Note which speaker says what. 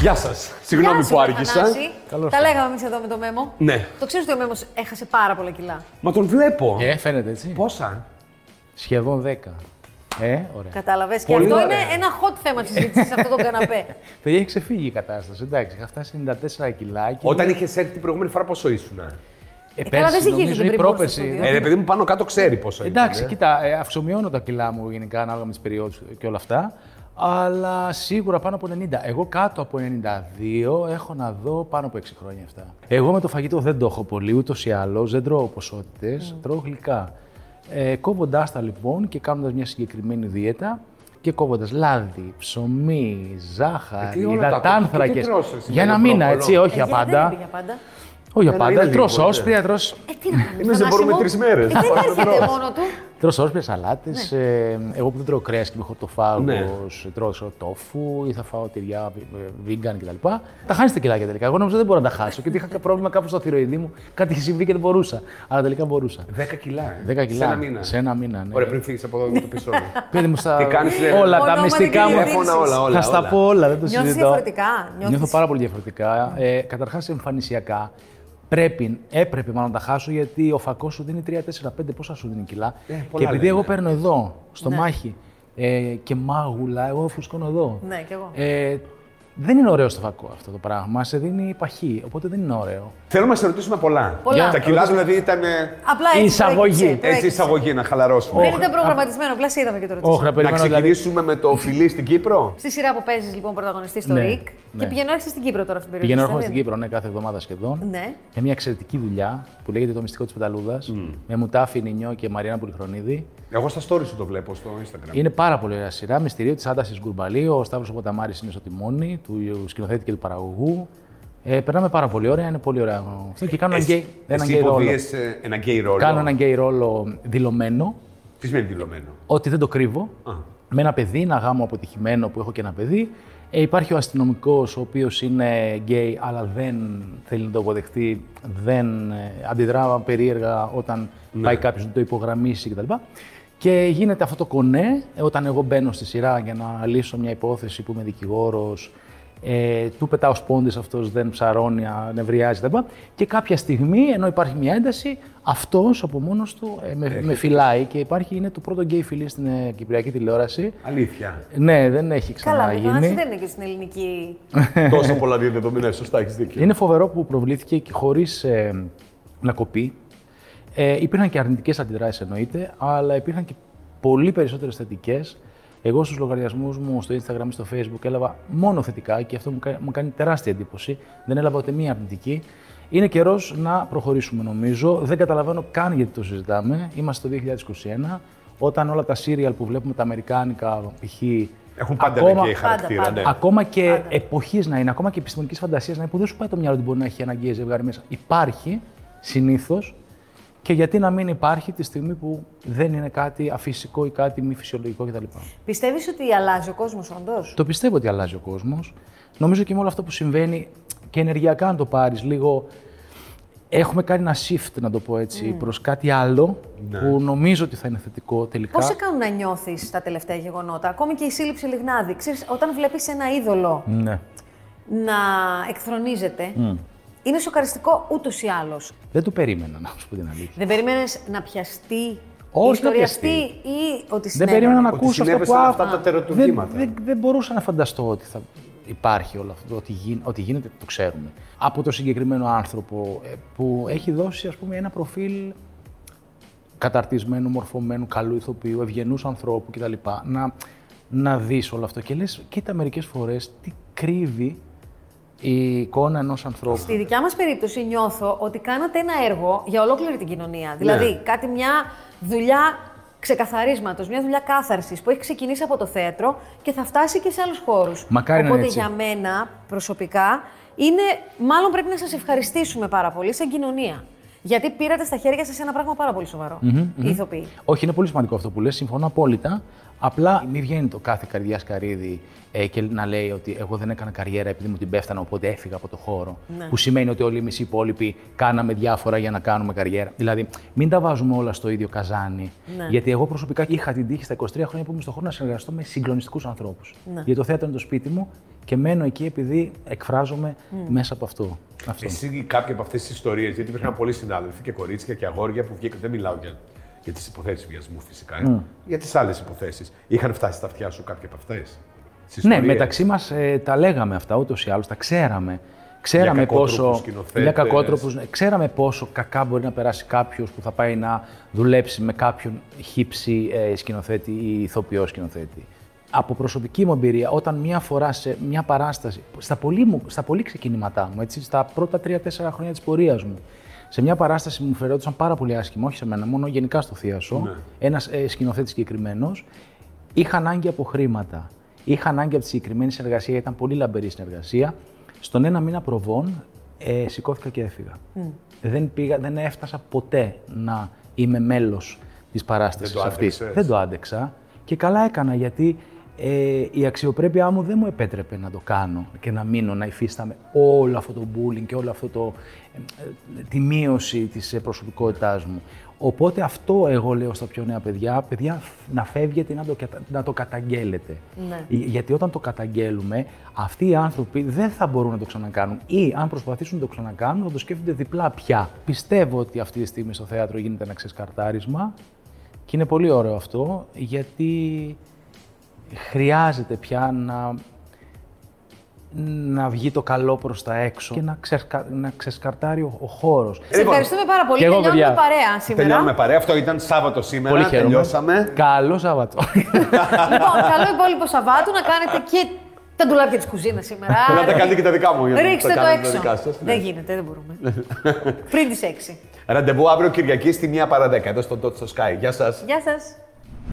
Speaker 1: Γεια σας. Συγγνώμη που άργησα.
Speaker 2: Καλώς Τα λέγαμε εμείς εδώ με το Μέμο.
Speaker 1: Ναι.
Speaker 2: Το ξέρεις ότι ο Μέμος έχασε πάρα πολλά κιλά.
Speaker 1: Μα τον βλέπω.
Speaker 3: Ε, φαίνεται έτσι.
Speaker 1: Πόσα.
Speaker 3: Σχεδόν 10. Ε, ωραία.
Speaker 2: Κατάλαβες. Και
Speaker 1: Πολύ
Speaker 2: αυτό
Speaker 1: ωραία.
Speaker 2: είναι ένα hot θέμα της συζήτησης σε αυτόν τον καναπέ.
Speaker 3: Παιδιά, έχει ξεφύγει η κατάσταση. Εντάξει, είχα φτάσει 94 κιλά. Και
Speaker 1: Όταν είχες έρθει την προηγούμενη φορά πόσο ήσουν. Ε,
Speaker 3: ε,
Speaker 2: καλά, δεν σε είχε
Speaker 3: νομίζω,
Speaker 2: την
Speaker 3: ή
Speaker 2: πριν
Speaker 3: πρόπερση.
Speaker 2: μπορείς να
Speaker 1: ρε παιδί μου πάνω κάτω ξέρει πόσο ήμουν,
Speaker 3: Εντάξει,
Speaker 1: ε.
Speaker 3: κοίτα, ε, αυξομειώνω τα κιλά μου γενικά ανάλογα με τις περιόδους και όλα αυτά. Αλλά σίγουρα πάνω από 90. Εγώ κάτω από 92 έχω να δω πάνω από 6 χρόνια αυτά. Εγώ με το φαγητό δεν το έχω πολύ ούτως ή άλλως, δεν τρώω ποσότητες, τρώω γλυκά. Ε, κόβοντάς τα λοιπόν και κάνοντας μια συγκεκριμένη δίαιτα και κόβοντας λάδι, ψωμί,
Speaker 1: Ε, τι
Speaker 3: ζάχαρη,
Speaker 1: όλα τα
Speaker 3: υδατάνθρακε.
Speaker 1: κόβεις, τι τρως, εσύ,
Speaker 3: Για
Speaker 1: με το
Speaker 3: ένα μήνα,
Speaker 1: πρόβολο.
Speaker 3: έτσι, όχι
Speaker 2: Ε,
Speaker 3: για
Speaker 2: γιατί δεν
Speaker 3: πάντα.
Speaker 2: πήγε πάντα.
Speaker 3: Όχι για
Speaker 1: Ένα
Speaker 3: πάντα.
Speaker 1: είναι
Speaker 3: Τρώω
Speaker 1: λίγο,
Speaker 3: όσπρια, τρώω
Speaker 2: Ε, τι να κάνει.
Speaker 1: Εμείς δεν μπορούμε τρεις μέρες.
Speaker 2: Ε, Δεν έρχεται μόνο του.
Speaker 3: Τρώω σόρπια σαλάτε. ε, εγώ που δεν τρώω κρέας και είμαι χορτοφάγο,
Speaker 1: Ναι.
Speaker 3: τρώω ξέρω, τόφου ή θα φάω τυριά vegan κτλ. Τα χάνεις τα κιλάκια τελικά. Εγώ νόμιζα δεν μπορώ να τα χάσω γιατί είχα πρόβλημα κάπου στο θηροειδή μου. Κάτι είχε συμβεί και δεν μπορούσα. Αλλά τελικά μπορούσα.
Speaker 1: 10 κιλά. ε.
Speaker 3: 10 κιλά.
Speaker 1: Σε ένα μήνα.
Speaker 3: Σε ένα μήνα, ναι.
Speaker 1: Ωραία, πριν φύγεις από εδώ το πίσω.
Speaker 3: Παιδί μου στα...
Speaker 1: Τι κάνεις, ε? λέει,
Speaker 3: όλα τα
Speaker 2: ονόματα
Speaker 3: μυστικά
Speaker 2: και
Speaker 3: μου.
Speaker 2: διαδείξεις.
Speaker 1: Τηλέφωνα, όλα, όλα.
Speaker 3: θα στα
Speaker 1: όλα.
Speaker 3: πω όλα, δεν το
Speaker 2: Νιώθεις
Speaker 3: συζητώ.
Speaker 2: διαφορετικά, νιώθεις-
Speaker 3: Νιώθω πάρα πολύ διαφορετικά. Ε, Καταρχάς, εμφανισιακά πρέπει, έπρεπε μάλλον να τα χάσω γιατί ο φακός σου δίνει 3, 4, 5 πόσα σου δίνει κιλά. και
Speaker 1: Ε, πολλά
Speaker 3: επειδή
Speaker 1: λένε.
Speaker 3: εγώ παίρνω εδώ, στο
Speaker 2: Ναι.
Speaker 3: μάχη ε, και μάγουλα, εγώ φουσκώνω εδώ.
Speaker 2: Ναι, κι εγώ.
Speaker 3: Ε, δεν είναι ωραίο στο φακό αυτό το πράγμα. Σε δίνει παχύ, οπότε δεν είναι ωραίο.
Speaker 1: Θέλουμε να σε ρωτήσουμε πολλά.
Speaker 2: Πολλά.
Speaker 1: Τα κιλά δηλαδή ήταν ε,
Speaker 2: Απλά έτσι.
Speaker 3: Εισαγωγή.
Speaker 2: προέκυψε, προέκυψε.
Speaker 1: έτσι εισαγωγή να χαλαρώσουμε.
Speaker 2: Δεν ήταν προγραμματισμένο, απλά σε είδαμε και το
Speaker 3: Όχι, να
Speaker 2: ρωτήσαμε.
Speaker 1: Να
Speaker 3: περιμένω δηλαδή.
Speaker 1: ξεκινήσουμε με το φιλί στην Κύπρο.
Speaker 2: Στη σειρά που παίζεις λοιπόν πρωταγωνιστής στο
Speaker 3: Ναι,
Speaker 2: ΡΙΚ και
Speaker 3: ναι.
Speaker 2: πηγαίνω έρχεσαι στην Κύπρο τώρα αυτή την
Speaker 3: Πηγαίνω
Speaker 2: περιοχή.
Speaker 3: έρχομαι
Speaker 2: δεν
Speaker 3: στην
Speaker 2: είναι.
Speaker 3: Κύπρο ναι, κάθε εβδομάδα σχεδόν.
Speaker 2: Ναι.
Speaker 3: για μια εξαιρετική δουλειά που λέγεται Το Μυστικό της Πεταλούδας με Μουτάφι Νινιό και Μαριάννα Πουλχρονίδη.
Speaker 1: Εγώ στα stories σου το βλέπω στο Instagram.
Speaker 3: Είναι πάρα πολύ ωραία σειρά. Μυστηρίο της Άντασης Γκουρμπαλή. Ο Σταύρος Ποταμάρης είναι στο τιμόνι του σκηνοθέτη και του παραγωγού. Ε, περνάμε πάρα πολύ ωραία, είναι πολύ ωραία. Αυτό και κάνω ένα γκέι, ένα
Speaker 1: Εσύ
Speaker 3: γκέι ρόλο.
Speaker 1: υποδίεσαι ένα γκέι ρόλο.
Speaker 3: Κάνω ένα γκέι ρόλο δηλωμένο,
Speaker 1: Τι σημαίνει δηλωμένο.
Speaker 3: ότι δεν το κρύβω.
Speaker 1: Α.
Speaker 3: Με ένα παιδί, ένα γάμο αποτυχημένο που έχω και ένα παιδί. Ε, υπάρχει ο αστυνομικός, ο οποίος είναι γκέι, αλλά δεν θέλει να το αποδεχτεί, δεν ε, αντιδρά περίεργα όταν
Speaker 1: Ναι.
Speaker 3: πάει κάποιος να το υπογραμμίσει κτλ. Και γίνεται αυτό το κονέ ε, όταν εγώ μπαίνω στη σειρά για να λύσω μια υπόθεση που είμαι δικηγόρος. Ε, του πετάω σπόντις, αυτός δεν ψαρώνει, α, νευριάζει κτλ. Και κάποια στιγμή, ενώ υπάρχει μια ένταση, αυτός από μόνος του ε, με, με φυλάει και υπάρχει, είναι το πρώτο γκέι φιλί στην ε, κυπριακή τηλεόραση.
Speaker 1: Αλήθεια.
Speaker 3: Ναι, δεν έχει
Speaker 2: Καλά,
Speaker 3: ξαναγίνει.
Speaker 2: Μιχανάση δεν είναι και στην ελληνική.
Speaker 1: Τόσα πολλά διαδεδομένα, σωστά έχεις δίκιο.
Speaker 3: Είναι φοβερό που προβλήθηκε και χωρίς ε, να κοπεί. Ε, υπήρχαν και αρνητικές αντιδράσεις εννοείται, αλλά υπήρχαν και πολύ περισσότερες θετικές. Εγώ στους λογαριασμούς μου στο Instagram, στο Facebook έλαβα μόνο θετικά και αυτό μου, κα- μου κάνει τεράστια εντύπωση. Δεν έλαβα ούτε μία αρνητική. Είναι καιρός να προχωρήσουμε, νομίζω. Δεν καταλαβαίνω καν γιατί το συζητάμε. Είμαστε το 2021, όταν όλα τα serial που βλέπουμε τα αμερικάνικα, π.χ.
Speaker 1: Έχουν πάντα
Speaker 3: ακόμα-
Speaker 1: ένα γκέι χαρακτήρα.
Speaker 2: πάντα.
Speaker 1: ναι.
Speaker 3: Ακόμα και εποχής να είναι, ακόμα και επιστημονικής φαντασίας να είναι, που δεν σου πάει το μυαλό ότι μπορεί να έχει ένα γκέι ζευγάρι μέσα. Υπάρχει συνήθως και γιατί να μην υπάρχει τη στιγμή που δεν είναι κάτι αφυσικό ή κάτι μη φυσιολογικό κτλ.
Speaker 2: Πιστεύεις ότι αλλάζει ο κόσμος όντως.
Speaker 3: Το πιστεύω ότι αλλάζει ο κόσμος. Νομίζω και με όλο αυτό που συμβαίνει και ενεργειακά, αν το πάρεις λίγο. Έχουμε κάνει ένα shift, να το πω έτσι, προς κάτι άλλο που νομίζω ότι θα είναι θετικό τελικά.
Speaker 2: Πώς σε κάνουν να νιώθεις τα τελευταία γεγονότα, ακόμη και η σύλληψη Λιγνάδη. Ξέρεις, όταν βλέπεις ένα είδωλο
Speaker 3: Ναι.
Speaker 2: να εκθρονίζεται, είναι σοκαριστικό ούτως ή άλλως.
Speaker 3: Δεν το περίμενα, να σου πω την αλήθεια.
Speaker 2: Δεν περίμενες να πιαστεί
Speaker 3: Όχι,
Speaker 2: η
Speaker 3: να
Speaker 2: ιστορία αυτή
Speaker 3: πιαστεί.
Speaker 2: ή ότι
Speaker 3: Δεν
Speaker 2: συνέβαινε.
Speaker 3: περίμενα να
Speaker 1: Ότι
Speaker 3: ακούσω αυτό που
Speaker 1: συνέβησαν αυτά
Speaker 3: άκου-
Speaker 1: τα
Speaker 3: δεν,
Speaker 1: τερατουργήματα.
Speaker 3: δεν, δεν μπορούσα να φανταστώ ότι θα υπάρχει όλο αυτό, ότι, γι, ότι γίνεται, το ξέρουμε. Από το συγκεκριμένο άνθρωπο ε, που έχει δώσει ας πούμε ένα προφίλ καταρτισμένου, μορφωμένου, καλού ηθοποιού, ευγενούς ανθρώπου κτλ. Να, να δεις όλο αυτό και λες, κοίτα μερικές φορές τι κρύβει η εικόνα ενός ανθρώπου.
Speaker 2: Στη δικιά μας περίπτωση νιώθω ότι κάνατε ένα έργο για ολόκληρη την κοινωνία.
Speaker 3: Ναι.
Speaker 2: Δηλαδή, κάτι μια δουλειά ξεκαθαρίσματος, μια δουλειά κάθαρσης που έχει ξεκινήσει από το θέατρο και θα φτάσει και σε άλλους χώρους.
Speaker 3: Μακάρι να
Speaker 2: Οπότε
Speaker 3: είναι έτσι.
Speaker 2: για μένα προσωπικά είναι, μάλλον πρέπει να σας ευχαριστήσουμε πάρα πολύ σαν κοινωνία. Γιατί πήρατε στα χέρια σας ένα πράγμα πάρα πολύ σοβαρό. Οι ηθοποιοί.
Speaker 3: Ε, Όχι, είναι πολύ σημαντικό αυτό που λες, συμφωνώ απόλυτα. Απλά μην βγαίνει το κάθε καρδιά καρύδι ε, και να λέει ότι εγώ δεν έκανα καριέρα επειδή μου την πέφτανα, οπότε έφυγα από το χώρο. Που σημαίνει ότι όλοι εμείς οι υπόλοιποι κάναμε διάφορα για να κάνουμε καριέρα. Δηλαδή, μην τα βάζουμε όλα στο ίδιο καζάνι.
Speaker 2: Ναι.
Speaker 3: Γιατί εγώ προσωπικά είχα την τύχη στα 23 χρόνια που ήμουν στον χώρο να συνεργαστώ με συγκλονιστικούς ανθρώπους. Γιατί το θέατρο είναι το σπίτι μου και μένω εκεί επειδή εκφράζομαι μέσα από αυτό. αυτό.
Speaker 1: Εσύ κάποια από αυτές τις ιστορίες, γιατί υπήρχαν πολλοί συνάδελφοι και κορίτσια και αγόρια που βγήκαν. Δεν μιλάω για, για τις υποθέσεις βιασμού φυσικά. ε, Για τις άλλες υποθέσεις. Είχαν φτάσει στα αυτιά σου κάποια από αυτές.
Speaker 3: Ναι, μεταξύ μας τα λέγαμε αυτά ούτως ή άλλως, τα ξέραμε. Ξέραμε
Speaker 1: κακότροπους
Speaker 3: πόσο.
Speaker 1: σκηνοθέτες.
Speaker 3: για κακότροπους, ναι. ξέραμε πόσο κακά μπορεί να περάσει κάποιος που θα πάει να δουλέψει με κάποιον χύψη ε, σκηνοθέτη ή ηθοποιό σκηνοθέτη. Από προσωπική μου εμπειρία, όταν μία φορά σε μία παράσταση, στα πολύ, μου, στα πολύ ξεκινήματά μου, έτσι, στα πρώτα τρία-τέσσερα χρόνια της πορείας μου, σε μια παράσταση που μου φερόντουσαν πάρα πολύ άσχημα, όχι σε μένα, μόνο γενικά στο θίασο,
Speaker 1: Ναι.
Speaker 3: ένας ένα ε, σκηνοθέτης συγκεκριμένος, είχα ανάγκη από χρήματα. Είχα ανάγκη από τη συγκεκριμένη συνεργασία, γιατί ήταν πολύ λαμπερή συνεργασία. Στον ένα μήνα προβών ε, σηκώθηκα και έφυγα. Δεν, πήγα, δεν έφτασα ποτέ να είμαι μέλος της παράσταση
Speaker 1: Δεν το
Speaker 3: αυτής.
Speaker 1: άντεξες.
Speaker 3: Δεν το άντεξα. Και καλά έκανα γιατί ε, η αξιοπρέπειά μου δεν μου επέτρεπε να το κάνω και να μείνω, να υφίσταμαι όλο αυτό το bullying και όλο αυτό το, ε, ε, τη μείωση της ε, προσωπικότητάς μου. Οπότε αυτό εγώ λέω στα πιο νέα παιδιά, παιδιά να φεύγετε να το, κατα- να το καταγγέλλετε.
Speaker 2: Ναι.
Speaker 3: Γι- Γιατί όταν το καταγγέλουμε, αυτοί οι άνθρωποι δεν θα μπορούν να το ξανακάνουν. Ή αν προσπαθήσουν να το ξανακάνουν, θα το σκέφτονται διπλά πια. Πιστεύω ότι αυτή τη στιγμή στο θέατρο γίνεται ένα ξεσκαρτάρισμα. Και είναι πολύ ωραίο αυτό, γιατί χρειάζεται πια να, να βγει το καλό προς τα έξω και να, ξεσκα- να ξεσκαρτάρει ο, ο χώρος.
Speaker 2: Σε ευχαριστούμε πάρα πολύ.
Speaker 3: λοιπόν, και εγώ,
Speaker 2: Τελειώνουμε
Speaker 3: παιδιά.
Speaker 2: παρέα σήμερα.
Speaker 1: Τελειώνουμε παρέα. Αυτό ήταν Σάββατο σήμερα.
Speaker 3: Πολύ χαίρομαι.
Speaker 1: Τελειώσαμε.
Speaker 3: Καλό Σάββατο.
Speaker 2: λοιπόν, καλό υπόλοιπο Σαββάτου να κάνετε και τα ντουλάπια της κουζίνας σήμερα.
Speaker 1: Να τα κάνετε και τα δικά μου. για να
Speaker 2: Ρίξτε
Speaker 1: τα
Speaker 2: το
Speaker 1: κάνετε τα
Speaker 2: έξω.
Speaker 1: δικά σας, ναι.
Speaker 2: Δεν γίνεται, δεν μπορούμε. Πριν τις 6.
Speaker 1: Ραντεβού αύριο Κυριακή στη 1 παρα 10 εδώ στο Dot στο Sky. Γεια σας.
Speaker 2: Γεια σας.